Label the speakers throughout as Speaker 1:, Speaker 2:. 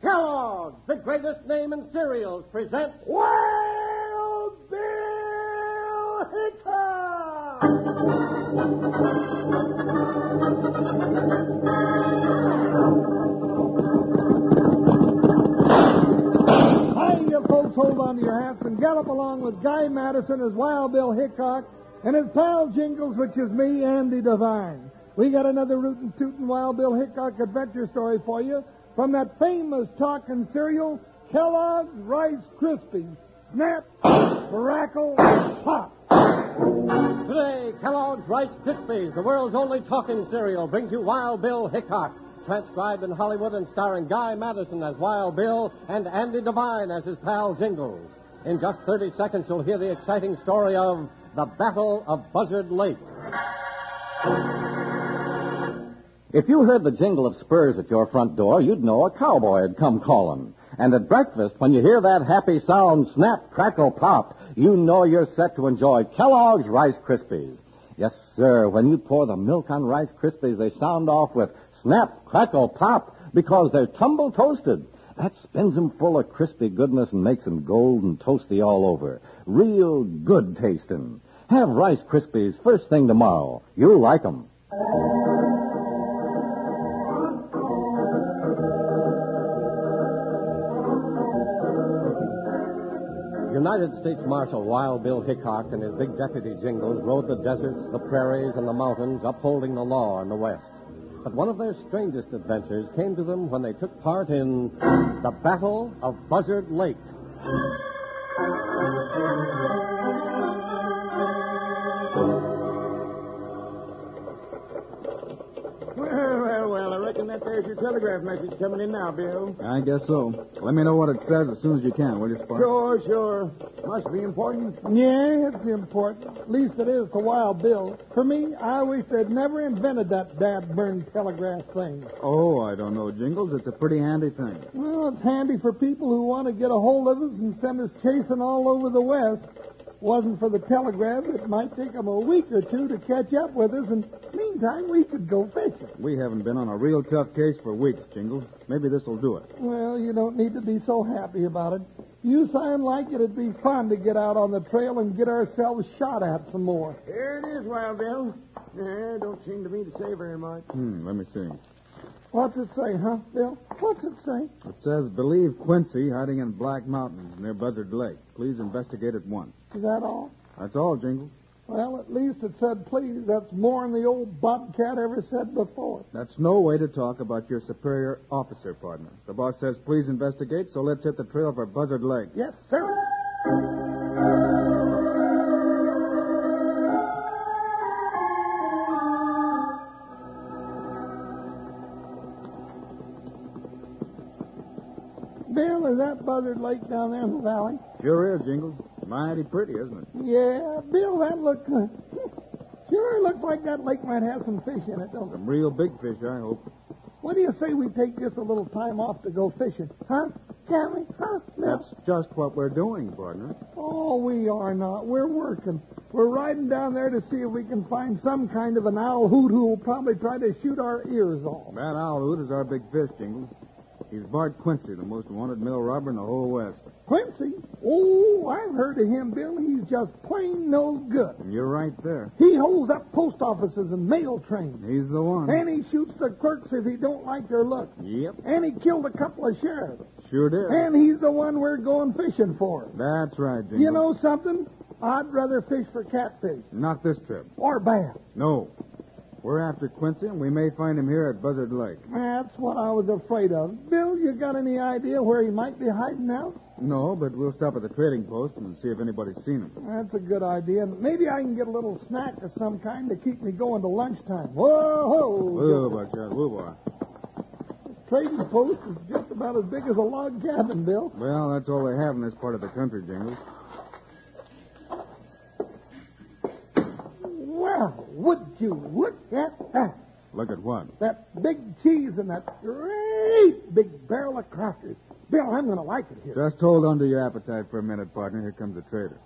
Speaker 1: Kellogg, the greatest name in cereals, presents Wild Bill Hickok! Hi, you folks, hold on to your hats and gallop along with Guy Madison as Wild Bill Hickok and his pal Jingles, which is me, Andy Devine. We got another rootin' tootin' Wild Bill Hickok adventure story for you from that famous talking cereal, Kellogg's Rice Krispies. Snap, crackle, pop.
Speaker 2: Today, Kellogg's Rice Krispies, the world's only talking cereal, brings you Wild Bill Hickok, transcribed in Hollywood and starring Guy Madison as Wild Bill and Andy Devine as his pal Jingles. In just 30 seconds, you'll hear the exciting story of the Battle of Buzzard Lake. If you heard the jingle of spurs at your front door, you'd know a cowboy had come calling. And at breakfast, when you hear that happy sound, snap, crackle, pop, you know you're set to enjoy Kellogg's Rice Krispies. Yes, sir, when you pour the milk on Rice Krispies, they sound off with snap, crackle, pop, because they're tumble toasted. That spins 'em full of crispy goodness and makes 'em golden toasty all over. Real good tasting. Have Rice Krispies first thing tomorrow. You'll like 'em. United States Marshal Wild Bill Hickok and his big deputy Jingles rode the deserts, the prairies, and the mountains, upholding the law in the West. But one of their strangest adventures came to them when they took part in the Battle of Buzzard Lake.
Speaker 1: Well, well, well, I reckon that there's your telegraph message coming in now, Bill.
Speaker 3: I guess so. Let me know what it says as soon as you can, will you, Spark?
Speaker 1: Sure, sure. Must be important. Yeah, it's important. At least it is to Wild Bill. For me, I wish they'd never invented that dad burn telegraph thing.
Speaker 3: Oh, I don't know, Jingles. It's a pretty handy thing.
Speaker 1: Well, it's handy for people who want to get a hold of us and send us chasing all over the West. Wasn't for the telegraph, it might take 'em a week or two to catch up with us, and meantime, we could go fishing.
Speaker 3: We haven't been on a real tough case for weeks, Jingles. Maybe this'll do it.
Speaker 1: Well, you don't need to be so happy about it. You sound like it'd be fun to get out on the trail and get ourselves shot at some more.
Speaker 4: Here it is, Wild Bill. Eh, don't seem to me to say very much.
Speaker 3: Hmm, let me see.
Speaker 1: What's it say, huh, Bill? What's it say?
Speaker 3: It says, believe Quincy hiding in Black Mountains near Buzzard Lake. Please investigate at once.
Speaker 1: Is that all?
Speaker 3: That's all, Jingles.
Speaker 1: Well, at least it said please. That's more'n the old bobcat ever said before.
Speaker 3: That's no way to talk about your superior officer, partner. The boss says, please investigate, so let's hit the trail for Buzzard Lake.
Speaker 1: Yes, sir. Bill, is that Buzzard Lake down there in the valley?
Speaker 3: Sure is, Jingles. Mighty pretty, isn't it?
Speaker 1: Yeah, Bill, that look. sure looks like that lake might have some fish in it, don't it?
Speaker 3: Some real big fish, I hope.
Speaker 1: What do you say we take just a little time off to go fishing? Huh? Can we? Huh? No.
Speaker 3: That's just what we're doing, partner.
Speaker 1: Oh, we are not. We're working. We're riding down there to see if we can find some kind of an owl hoot who will probably try to shoot our ears off.
Speaker 3: That owl hoot is our big fish, Jingles. He's Bart Quincy, the most wanted mill robber in the whole West.
Speaker 1: Quincy? Oh, I've heard of him, Bill. He's just plain no good.
Speaker 3: And you're right there.
Speaker 1: He holds up post offices and mail trains.
Speaker 3: He's the one.
Speaker 1: And he shoots the clerks if he don't like their looks.
Speaker 3: Yep,
Speaker 1: And he killed a couple of sheriffs.
Speaker 3: sure did.
Speaker 1: And he's the one we're going fishing for.
Speaker 3: That's right, Jingle.
Speaker 1: You know something? I'd rather fish for catfish
Speaker 3: Not this trip.
Speaker 1: or bass.
Speaker 3: No. We're after Quincy, and we may find him here at Buzzard Lake.
Speaker 1: That's what I was afraid of. Bill, you got any idea where he might be hiding out?
Speaker 3: No, but we'll stop at the trading post and see if anybody's seen him.
Speaker 1: That's a good idea. Maybe I can get a little snack of some kind to keep me going to lunchtime. Whoa,
Speaker 3: Whoa, Buckshot, whoa, boy.
Speaker 1: Trading post is just about as big as a log cabin, Bill.
Speaker 3: Well, that's all they have in this part of the country, Jingles.
Speaker 1: Well, would you look at that?
Speaker 3: Look at what?
Speaker 1: That big cheese and that great big barrel of crackers. Bill, I'm going to like it here.
Speaker 3: Just hold on to your appetite for a minute, partner. Here comes the trader.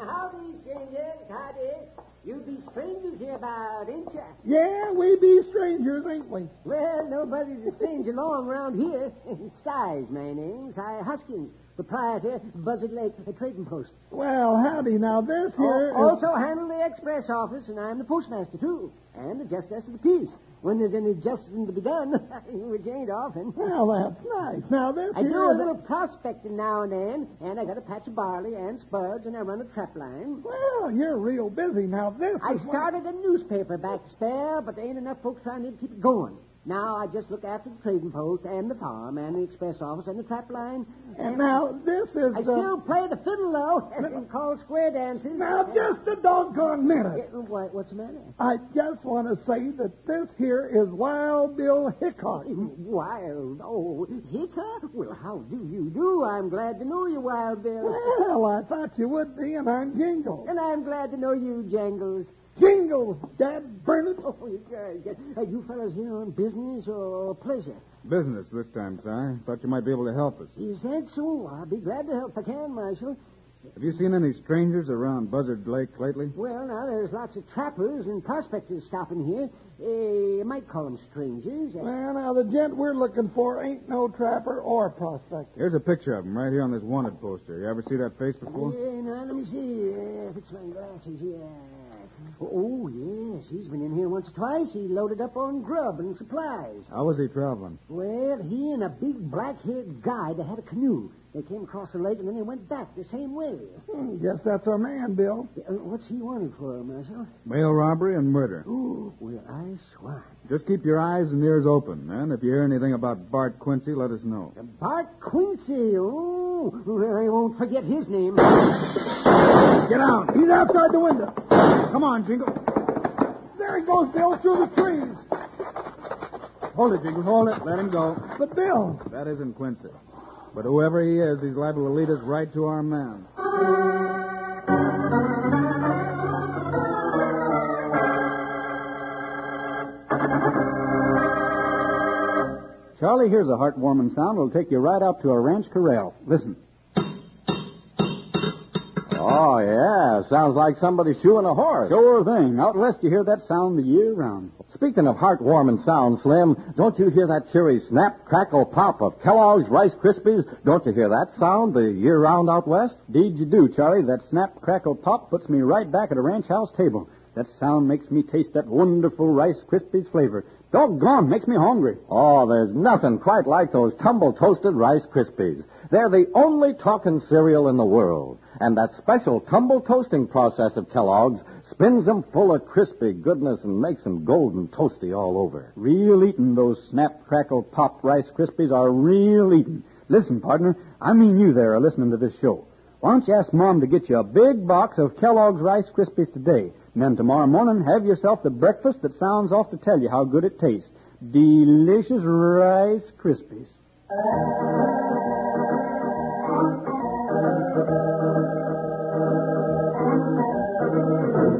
Speaker 2: Howdy, strangers, howdy. You be strangers here about, ain't ya?
Speaker 1: Yeah, we be strangers, ain't we?
Speaker 2: Well, nobody's a stranger long round here. Size, my name. Si Hoskins, proprietor, Buzzard Lake a Trading Post.
Speaker 1: Well, howdy. Now, this
Speaker 2: Oh, Uh,
Speaker 1: here is-
Speaker 2: Also handle the express office, and I'm the postmaster, too. And the justice of the peace. When there's any justice to be done, which ain't often.
Speaker 1: Well, that's nice. Now, this
Speaker 2: I do
Speaker 1: here
Speaker 2: a
Speaker 1: is-
Speaker 2: little prospecting now and then, and I got a patch of barley and spuds, and I run a trap line.
Speaker 1: Well, you're real busy. Now, this
Speaker 2: I
Speaker 1: is one-
Speaker 2: started a newspaper back spare, but there ain't enough folks around here to keep it going. Now I just look after the trading post and the farm and the express office and the trap line.
Speaker 1: And now, this is...
Speaker 2: I
Speaker 1: uh,
Speaker 2: still play the fiddle though and call square dances.
Speaker 1: Now, just a doggone
Speaker 2: Yeah,
Speaker 1: minute.
Speaker 2: what, what's the matter?
Speaker 1: I just want to say that this here is Wild Bill Hickok.
Speaker 2: Wild, oh, Hickok? Well, how do you do? I'm glad to know you, Wild Bill.
Speaker 1: Well, I thought you would be, and I'm Jingles.
Speaker 2: And I'm glad to know you, Jangles.
Speaker 1: Jingles, Dad Burnett.
Speaker 2: Oh, you, guys, are you fellas here on business or pleasure?
Speaker 3: Business this time, Si. Thought you might be able to help us.
Speaker 2: Is that so? I'll be glad to help if I can, Marshal.
Speaker 3: Have you seen any strangers around Buzzard Lake lately?
Speaker 2: Well, now there's lots of trappers and prospectors stopping here. Eh, you might call them strangers. Uh,
Speaker 1: Well, now, the gent we're looking for ain't no trapper or prospector.
Speaker 3: Here's a picture of him right here on this wanted poster. You ever see that face before?
Speaker 2: yeah, now let me see. Uh, fix my glasses. Yeah. Oh yes, he's been in here once or twice. He loaded up on grub and supplies.
Speaker 3: How was he traveling?
Speaker 2: Well, he and a big black-haired guy that had a canoe. They came across the lake and then they went back the same way.
Speaker 1: Hmm, guess that's our man, Bill.
Speaker 2: Uh, what's he wanted for, Marshal?
Speaker 3: Mail robbery and murder.
Speaker 2: Oh, well, I swan.
Speaker 3: Just keep your eyes and ears open, and if you hear anything about Bart Quincy, let us know.
Speaker 2: Bart Quincy. Oh, well, I won't forget his name.
Speaker 1: Get out. He's outside the window.
Speaker 3: Come on, Jingle.
Speaker 1: There he goes, Bill, through the trees.
Speaker 3: Hold it, Jingle. Hold it. Let him go.
Speaker 1: But, Bill,
Speaker 3: That isn't Quincy. But whoever he is, he's liable to lead us right to our man.
Speaker 5: Charlie, here's a heartwarming sound that'll take you right out to a ranch corral. Listen. Oh, yeah. Sounds like somebody shoeing a horse. Sure thing. Out west, you hear that sound the year round. Speaking of heartwarming sounds, Slim, don't you hear that cheery snap, crackle, pop of Kellogg's Rice Krispies? Don't you hear that sound the year round out west? Deed you do, Charlie. That snap, crackle, pop puts me right back at a ranch house table. That sound makes me taste that wonderful Rice Krispies flavor. Doggone, makes me hungry. Oh, there's nothing quite like those tumble toasted Rice Krispies. They're the only talking cereal in the world. And that special tumble toasting process of Kellogg's spins them full of crispy goodness and makes them golden toasty all over. Real eatin', those snap, crackle, pop Rice Krispies are real eatin'. Listen, partner, I mean you there are listening to this show. Why don't you ask Mom to get you a big box of Kellogg's Rice Krispies today? And then tomorrow morning, have yourself the breakfast that sounds off to tell you how good it tastes. Delicious Rice Krispies.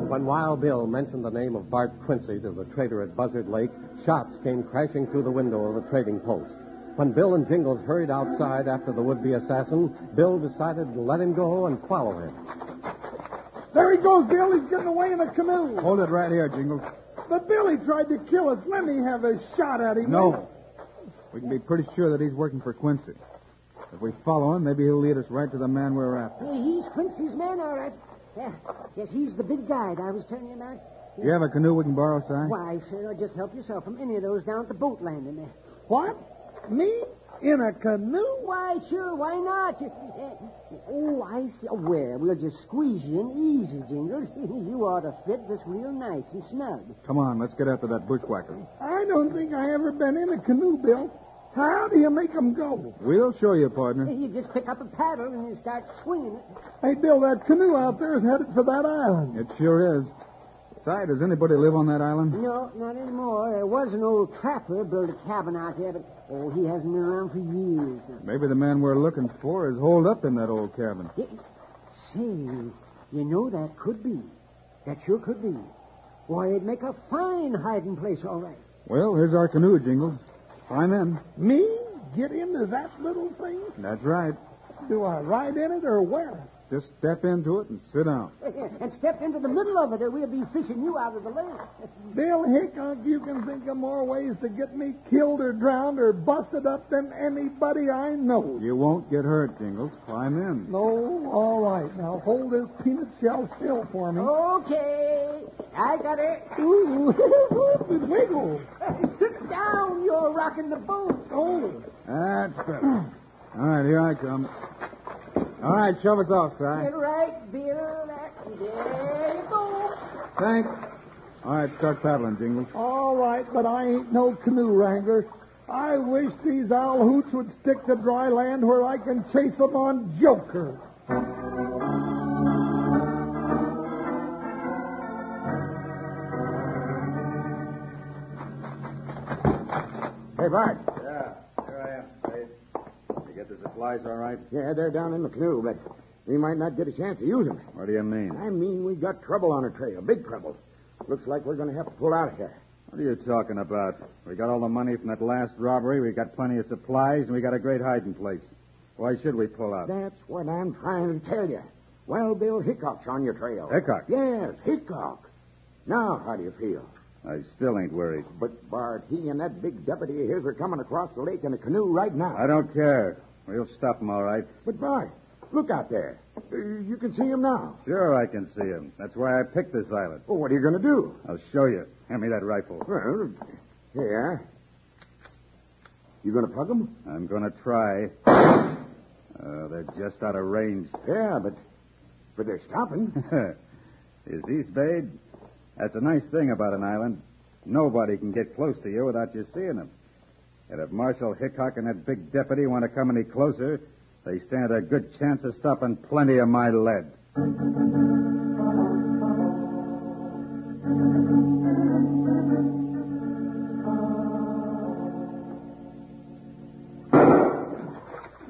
Speaker 6: When Wild Bill mentioned the name of Bart Quincy to the trader at Buzzard Lake, shots came crashing through the window of the trading post. When Bill and Jingles hurried outside after the would-be assassin, Bill decided to let him go and follow him.
Speaker 1: there he goes, Bill. He's getting away in a canoe.
Speaker 3: Hold it right here, Jingle.
Speaker 1: But Billy tried to kill us. Let me have a shot at him.
Speaker 3: No. We can be pretty sure that he's working for Quincy. If we follow him, maybe he'll lead us right to the man we're after.
Speaker 2: Hey, he's Quincy's man, all right. Yeah. Yes, he's the big guy that I was telling you about.
Speaker 3: You have a canoe we can borrow, Si?
Speaker 2: Why, sure, just help yourself from any of those down at the boat landing there.
Speaker 1: What? Me? In a canoe?
Speaker 2: Why, sure, why not? You- eh, Oh, I see. Oh, well, we'll just squeeze you in easy, Jingles. you ought to fit just real nice and snug.
Speaker 3: Come on, let's get after that bushwhacker.
Speaker 1: I don't think I ever been in a canoe, Bill. How do you make 'em go?
Speaker 3: We'll show you, partner.
Speaker 2: You just pick up a paddle and you start swinging it.
Speaker 1: Hey, Bill, that canoe out there is headed for that island.
Speaker 3: It sure is. Si, does anybody live on that island?
Speaker 2: No, not anymore. There was an old trapper built a cabin out there, but oh, he hasn't been around for years now.
Speaker 3: Maybe the man we're looking for is holed up in that old cabin.
Speaker 2: Y- Say, you, you know that could be. That sure could be. Why, it'd make a fine hiding place, all right.
Speaker 3: Well, here's our canoe, Jingles. Climb in.
Speaker 1: Me? Get into that little thing?
Speaker 3: That's right.
Speaker 1: Do I ride in it or wear it?
Speaker 3: Just step into it and sit down.
Speaker 2: and step into the middle of it, or we'll be fishing you out of the lake.
Speaker 1: Bill Hickok, you can think of more ways to get me killed or drowned or busted up than anybody I know.
Speaker 3: You won't get hurt, Jingles. Climb in.
Speaker 1: No, all right. Now hold this peanut shell still for me.
Speaker 2: Okay, I got it.
Speaker 1: Ooh, it wiggles.
Speaker 2: Sit down, you're rocking the boat.
Speaker 1: Oh,
Speaker 3: That's better. All right, here I come. All right, shove us off, Si.
Speaker 2: All right, Bill. that- There you go.
Speaker 3: Thanks. All right, start paddling, Jingles.
Speaker 1: all right, but I ain't no canoe wrangler. I wish these owl hoots would stick to dry land where I can chase 'em on Joker.
Speaker 4: Hey, Bart.
Speaker 3: Yeah, here I am, Spade. You get the supplies all right?
Speaker 4: Yeah, they're down in the canoe, but we might not get a chance to use them.
Speaker 3: What do you mean?
Speaker 4: I mean, we got trouble on our trail, big trouble. Looks like we're going to have to pull out of here.
Speaker 3: What are you talking about? We got all the money from that last robbery, we got plenty of supplies, and we got a great hiding place. Why should we pull out?
Speaker 4: That's what I'm trying to tell you. Well, Bill Hickok's on your trail.
Speaker 3: Hickok?
Speaker 4: Yes, Hickok. Now, how do you feel?
Speaker 3: I still ain't worried.
Speaker 4: But, Bart, he and that big deputy of his are coming across the lake in a canoe right now.
Speaker 3: I don't care. We'll stop him, all right.
Speaker 4: But, Bart, look out there. Uh, you can see him now.
Speaker 3: Sure, I can see him. That's why I picked this island.
Speaker 4: Well, what are you going to do?
Speaker 3: I'll show you. Hand me that rifle.
Speaker 4: Well, here. You going to plug him?
Speaker 3: I'm going to try. Uh, they're just out of range.
Speaker 4: Yeah, but but they're stopping.
Speaker 3: Is he, Spade? That's a nice thing about an island. Nobody can get close to you without you seeing them. And if Marshal Hickok and that big deputy want to come any closer, they stand a good chance of stopping plenty of my lead.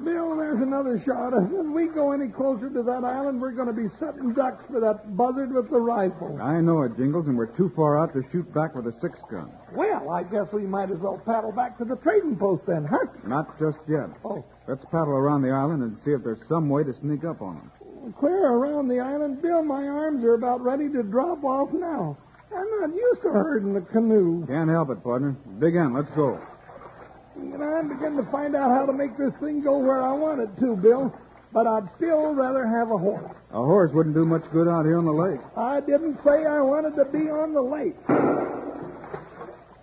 Speaker 1: Bill, there's another shot. If we go any closer to that island, we're going to be setting ducks for that buzzard with the rifle.
Speaker 3: I know it, Jingles, and we're too far out to shoot back with a six gun.
Speaker 1: Well, I guess we might as well paddle back to the trading post then, huh?
Speaker 3: Not just yet.
Speaker 1: Oh,
Speaker 3: Let's paddle around the island and see if there's some way to sneak up on them.
Speaker 1: clear around the island, Bill. My arms are about ready to drop off now. I'm not used to herding the canoe.
Speaker 3: Can't help it, partner. Big end, let's go.
Speaker 1: And I'm beginning to find out how to make this thing go where I want it to, Bill. But I'd still rather have a horse.
Speaker 3: A horse wouldn't do much good out here on the lake.
Speaker 1: I didn't say I wanted to be on the lake.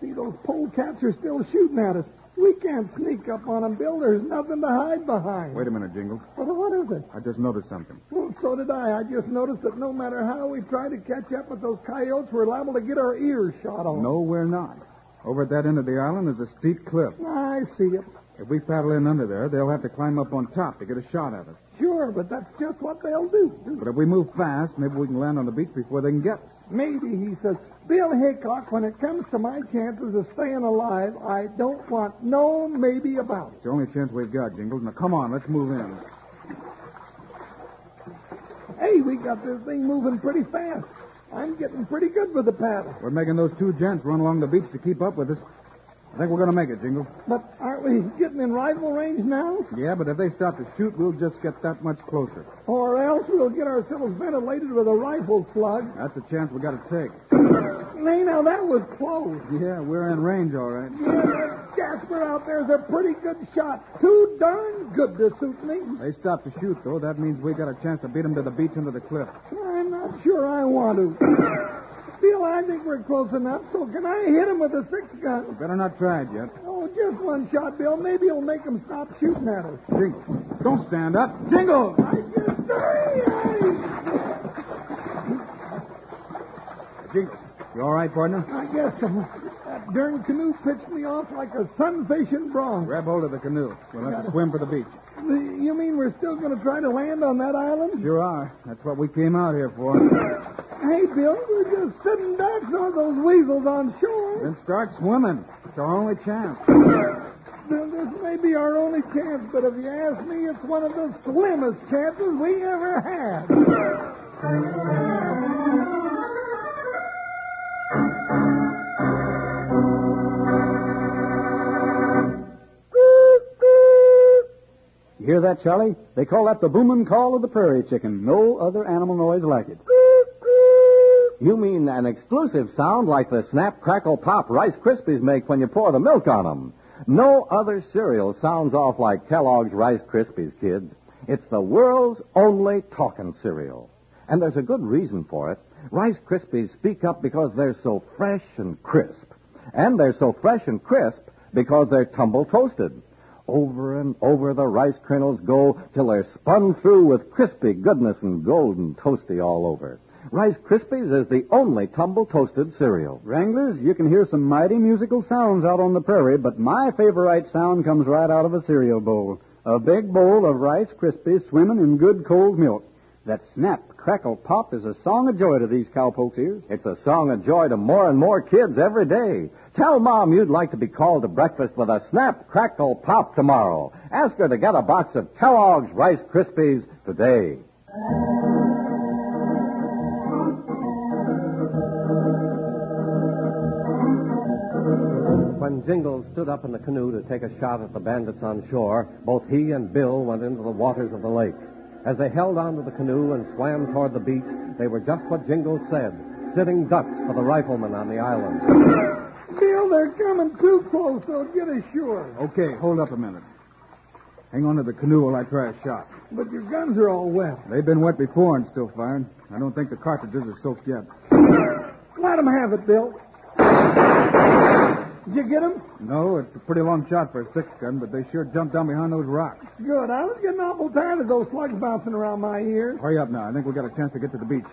Speaker 1: See, those polecats are still shooting at us. We can't sneak up on 'em, Bill. There's nothing to hide behind.
Speaker 3: Wait a minute, Jingles.
Speaker 1: But what is it?
Speaker 3: I just noticed something.
Speaker 1: Well, so did I. I just noticed that no matter how we try to catch up with those coyotes, we're liable to get our ears shot off.
Speaker 3: No, we're not. Over at that end of the island is a steep cliff.
Speaker 1: I see it.
Speaker 3: If we paddle in under there, they'll have to climb up on top to get a shot at us.
Speaker 1: Sure, but that's just what they'll do.
Speaker 3: But if we move fast, maybe we can land on the beach before they can get us.
Speaker 1: Maybe, he says, Bill Hickok, when it comes to my chances of staying alive, I don't want no maybe about it.
Speaker 3: It's the only chance we've got, Jingles. Now, come on, let's move in.
Speaker 1: Hey, we got this thing moving pretty fast. I'm getting pretty good with the paddle.
Speaker 3: We're making those two gents run along the beach to keep up with us. I think we're going to make it, Jingle.
Speaker 1: But aren't we getting in rifle range now?
Speaker 3: Yeah, but if they stop to shoot, we'll just get that much closer.
Speaker 1: Or else we'll get ourselves ventilated with a rifle slug.
Speaker 3: That's a chance we got to take.
Speaker 1: Nay, now that was close.
Speaker 3: Yeah, we're in range, all right.
Speaker 1: Yeah, that Jasper out there's a pretty good shot. Too darn good to suit me.
Speaker 3: They stop to shoot, though. That means we got a chance to beat them to the beach under the cliff.
Speaker 1: I'm not sure I want to. Bill, I think we're close enough, so can I hit him with a six gun?
Speaker 3: Better not try it yet.
Speaker 1: Oh, just one shot, Bill. Maybe it'll make him stop shooting at us.
Speaker 3: Jingle, don't stand up. Jingle!
Speaker 1: I just.
Speaker 3: Jingle, you all right, partner?
Speaker 1: I guess so. That darn canoe pitched me off like a sunfish in bronze.
Speaker 3: Grab hold of the canoe. We'll have to swim for the beach.
Speaker 1: The- You mean we're still going to try to land on that island?
Speaker 3: Sure are. That's what we came out here for.
Speaker 1: Hey, Bill, we're just sitting ducks on those weasels on shore.
Speaker 3: Then start swimming. It's our only chance.
Speaker 1: Bill, This may be our only chance, but if you ask me, it's one of the slimmest chances we ever had.
Speaker 5: You hear that, Charlie? They call that the boomin' call of the prairie chicken. No other animal noise like it. You mean an exclusive sound like the snap, crackle, pop Rice Krispies make when you pour the milk on 'em? No other cereal sounds off like Kellogg's Rice Krispies, kids. It's the world's only talking cereal. And there's a good reason for it. Rice Krispies speak up because they're so fresh and crisp. And they're so fresh and crisp because they're tumble toasted. Over and over the rice kernels go till they're spun through with crispy goodness and golden toasty all over. Rice Krispies is the only tumble toasted cereal. Wranglers, you can hear some mighty musical sounds out on the prairie, but my favorite sound comes right out of a cereal bowl. A big bowl of Rice Krispies swimming in good cold milk. That snap, crackle, pop is a song of joy to these cowpokes' ears. It's a song of joy to more and more kids every day. Tell Mom you'd like to be called to breakfast with a snap, crackle, pop tomorrow. Ask her to get a box of Kellogg's Rice Krispies today.
Speaker 6: When Jingles stood up in the canoe to take a shot at the bandits on shore, both he and Bill went into the waters of the lake. As they held onto the canoe and swam toward the beach, they were just what Jingles said, sitting ducks for the riflemen on the island.
Speaker 1: Bill, they're coming too close, so get ashore.
Speaker 3: Okay, hold up a minute. Hang on to the canoe while I try a shot.
Speaker 1: But your guns are all wet.
Speaker 3: They've been wet before and still firing. I don't think the cartridges are soaked yet.
Speaker 1: Let 'em have it, Bill. Did you get 'em?
Speaker 3: No, it's a pretty long shot for a six gun, but they sure jumped down behind those rocks.
Speaker 1: Good. I was getting awful tired of those slugs bouncing around my ears.
Speaker 3: Hurry up now. I think we got a chance to get to the beach.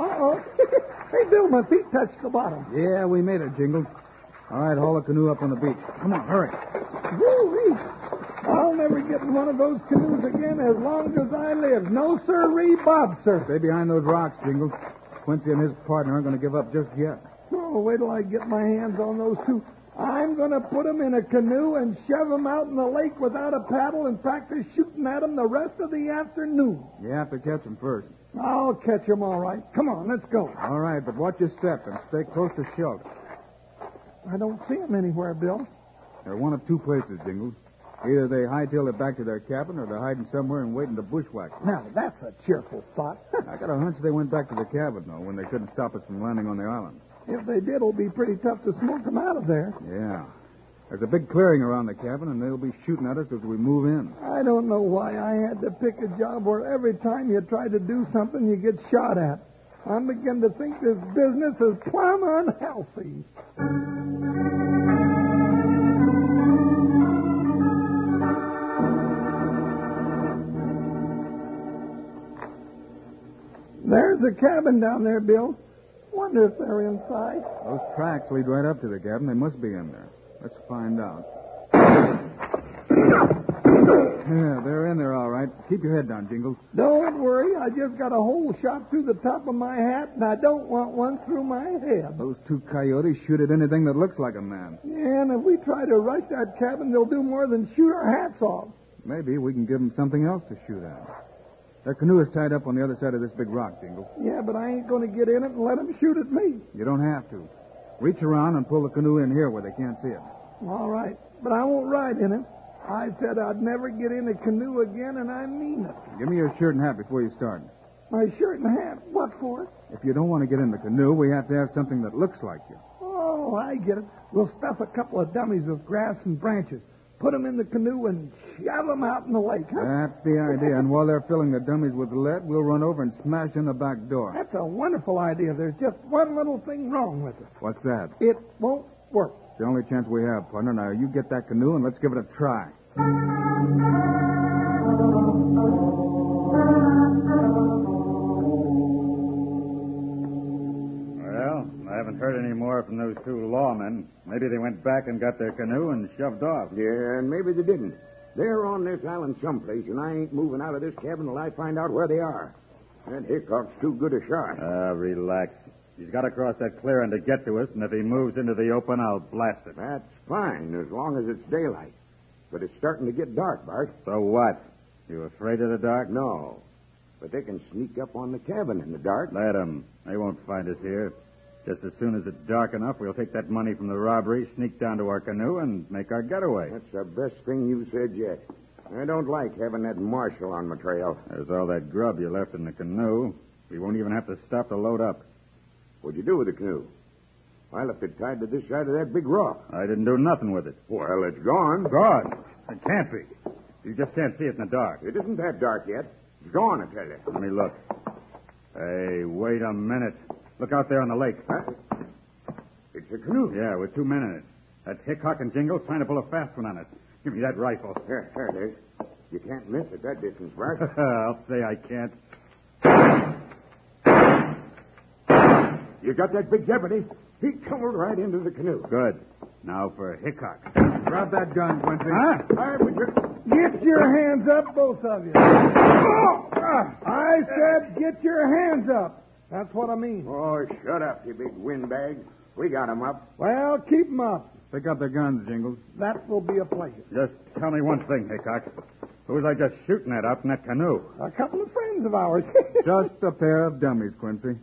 Speaker 1: Uh-oh. hey, Bill, my feet touched the bottom.
Speaker 3: Yeah, we made it, Jingles. All right, haul the canoe up on the beach. Come on, hurry.
Speaker 1: Woo-wee. I'll never get in one of those canoes again as long as I live. No, sirree, Bob, sir.
Speaker 3: Stay behind those rocks, Jingles. Quincy and his partner aren't going to give up just yet.
Speaker 1: Oh, wait till I get my hands on those two. I'm going to put 'em in a canoe and shove 'em out in the lake without a paddle and practice shooting at 'em the rest of the afternoon.
Speaker 3: You have to catch them first.
Speaker 1: I'll catch 'em all right. Come on, let's go.
Speaker 3: All right, but watch your step and stay close to shelter.
Speaker 1: I don't see 'em anywhere, Bill.
Speaker 3: They're one of two places, Jingles. Either they hightail it back to their cabin or they're hiding somewhere and waiting to bushwhack. us.
Speaker 1: Now, that's a cheerful thought.
Speaker 3: I got a hunch they went back to the cabin, though, when they couldn't stop us from landing on the island.
Speaker 1: if they did, it'll be pretty tough to smoke 'em out of there.
Speaker 3: Yeah. There's a big clearing around the cabin, and they'll be shooting at us as we move in.
Speaker 1: I don't know why I had to pick a job where every time you try to do something, you get shot at. I'm beginning to think this business is plumb unhealthy. There's a cabin down there, Bill. Wonder if they're inside.
Speaker 3: Those tracks lead right up to the cabin. They must be in there. Let's find out. Yeah, they're in there all right. Keep your head down, Jingles.
Speaker 1: Don't worry, I just got a hole shot through the top of my hat, and I don't want one through my head.
Speaker 3: Those two coyotes shoot at anything that looks like a man.
Speaker 1: Yeah, and if we try to rush that cabin, they'll do more than shoot our hats off.
Speaker 3: Maybe we can give them something else to shoot at. Their canoe is tied up on the other side of this big rock, Jingles.
Speaker 1: Yeah, but I ain't going to get in it and let 'em shoot at me.
Speaker 3: You don't have to. Reach around and pull the canoe in here where they can't see it.
Speaker 1: All right, but I won't ride in it. I said I'd never get in a canoe again, and I mean it.
Speaker 3: Give me your shirt and hat before you start.
Speaker 1: My shirt and hat, what for?
Speaker 3: If you don't want to get in the canoe, we have to have something that looks like you.
Speaker 1: Oh, I get it. We'll stuff a couple of dummies with grass and branches, put 'em in the canoe, and shove 'em out in the lake. Huh?
Speaker 3: That's the idea. And while they're filling the dummies with lead, we'll run over and smash in the back door.
Speaker 1: That's a wonderful idea. There's just one little thing wrong with it.
Speaker 3: What's that?
Speaker 1: It won't work.
Speaker 3: It's the only chance we have, partner. Now you get that canoe and let's give it a try. Well, I haven't heard any more from those two lawmen. Maybe they went back and got their canoe and shoved off.
Speaker 2: Yeah, and maybe they didn't. They're on this island someplace, and I ain't moving out of this cabin till I find out where they are. That Hickok's too good a shot.
Speaker 4: Uh.
Speaker 3: Ah, relax. He's got to cross that clearing to get to us, and if he moves into the open, I'll blast it.
Speaker 2: That's fine, as long as it's daylight. But it's starting to get dark, Bart.
Speaker 3: So what? You afraid of the dark?
Speaker 2: No. But they can sneak up on the cabin in the dark.
Speaker 3: Let 'em. They won't find us here. Just as soon as it's dark enough, we'll take that money from the robbery, sneak down to our canoe, and make our getaway.
Speaker 2: That's the best thing you said yet. I don't like having that marshal on my trail.
Speaker 3: There's all that grub you left in the canoe. We won't even have to stop to load up.
Speaker 2: What'd you do with the canoe? I left it tied to this side of that big rock.
Speaker 3: I didn't do nothing with it.
Speaker 2: Well, it's gone.
Speaker 3: Oh, God, it can't be. You just can't see it in the dark.
Speaker 2: It isn't that dark yet. It's gone, I tell you.
Speaker 3: Let me look. Hey, wait a minute. Look out there on the lake.
Speaker 2: Huh? It's a canoe.
Speaker 3: Yeah, with two men in it. That's Hickok and Jingles trying to pull a fast one on us. Give me that rifle.
Speaker 2: There, there it is. You can't miss at that distance, Bart.
Speaker 3: I'll say I can't.
Speaker 2: you got that big deputy? He tumbled right into the canoe.
Speaker 3: Good. Now for Hickok. Grab that gun, Quincy. Huh?
Speaker 2: I would ju-
Speaker 1: Get your hands up, both of you. I said, get your hands up. That's what I mean.
Speaker 2: Oh, shut up, you big windbag. We got him up.
Speaker 1: Well, keep 'em up.
Speaker 3: Pick up the guns, Jingles.
Speaker 1: That will be a pleasure.
Speaker 3: Just tell me one thing, Hickok. Who was I just shooting at out in that canoe?
Speaker 1: A couple of friends of ours.
Speaker 3: Just a pair of dummies, Quincy.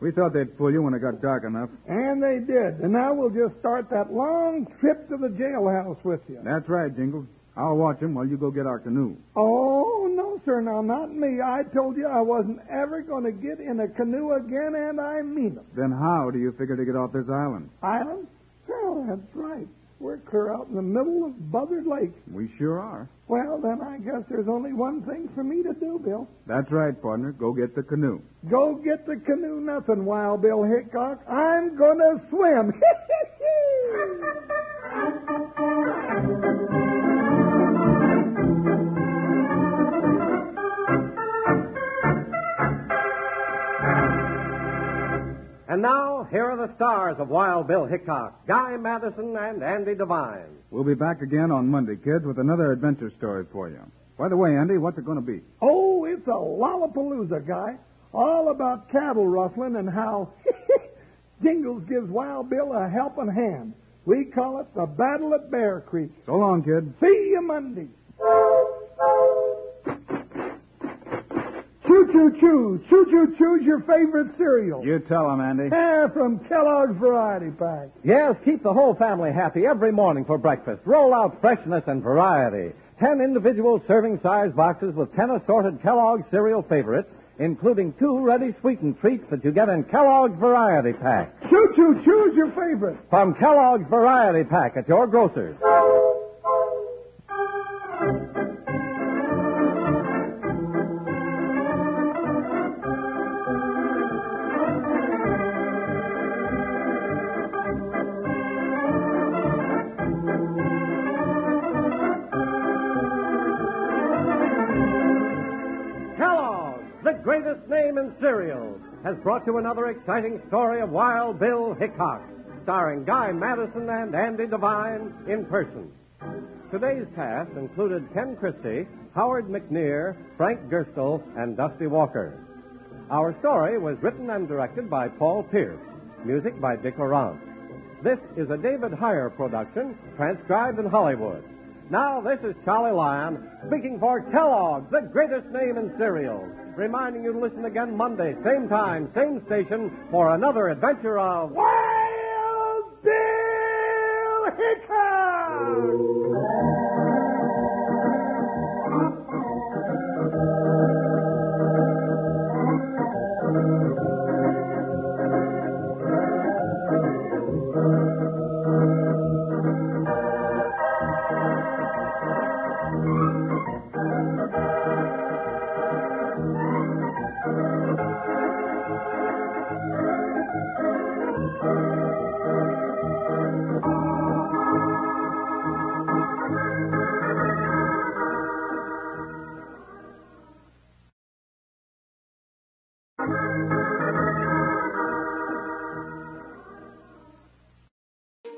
Speaker 3: We thought they'd fool you when it got dark enough.
Speaker 1: and they did. And now we'll just start that long trip to the jailhouse with you.
Speaker 3: That's right, Jingles. I'll watch him while you go get our canoe.
Speaker 1: Oh, no, sir. Now, not me. I told you I wasn't ever going to get in a canoe again, and I mean it.
Speaker 3: Then how do you figure to get off this island?
Speaker 1: Island? Well, Oh, that's right. We're clear out in the middle of Buzzard Lake.
Speaker 3: We sure are.
Speaker 1: Well, then I guess there's only one thing for me to do, Bill.
Speaker 3: That's right, partner. Go get the canoe.
Speaker 1: Go get the canoe, nothing, Wild Bill Hickok. I'm going to swim.
Speaker 7: And now, here are the stars of Wild Bill Hickok, Guy Madison, and Andy Devine.
Speaker 3: We'll be back again on Monday, kids, with another adventure story for you. By the way, Andy, what's it going to be?
Speaker 1: oh, it's a lollapalooza, guy. All about cattle rustling and how Jingles gives Wild Bill a helping hand. We call it the Battle at Bear Creek.
Speaker 3: So long, kid.
Speaker 1: See you Monday. Choo choo choo. Choo choo choo's your favorite cereal.
Speaker 3: You tell him, Andy.
Speaker 1: Yeah, from Kellogg's Variety Pack.
Speaker 7: Yes, keep the whole family happy every morning for breakfast. Roll out freshness and variety. Ten individual serving size boxes with ten assorted Kellogg's cereal favorites, including two ready sweetened treats that you get in Kellogg's Variety Pack.
Speaker 1: Choo choo choo's your favorite.
Speaker 7: From Kellogg's Variety Pack at your grocer's. Kellogg's, the greatest name in cereals, has brought you another exciting story of Wild Bill Hickok, starring Guy Madison and Andy Devine in person. Today's cast included Ken Christie, Howard McNear, Frank Gerstel, and Dusty Walker. Our story was written and directed by Paul Pierce, music by Dick Oran. This is a David Heyer production, transcribed in Hollywood. Now, this is Charlie Lyon speaking for Kellogg, the greatest name in cereals, reminding you to listen again Monday, same time, same station, for another adventure of.
Speaker 1: Wild
Speaker 8: Bill Hickok!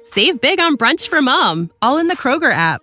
Speaker 9: Save big on brunch for mom, all in the Kroger app.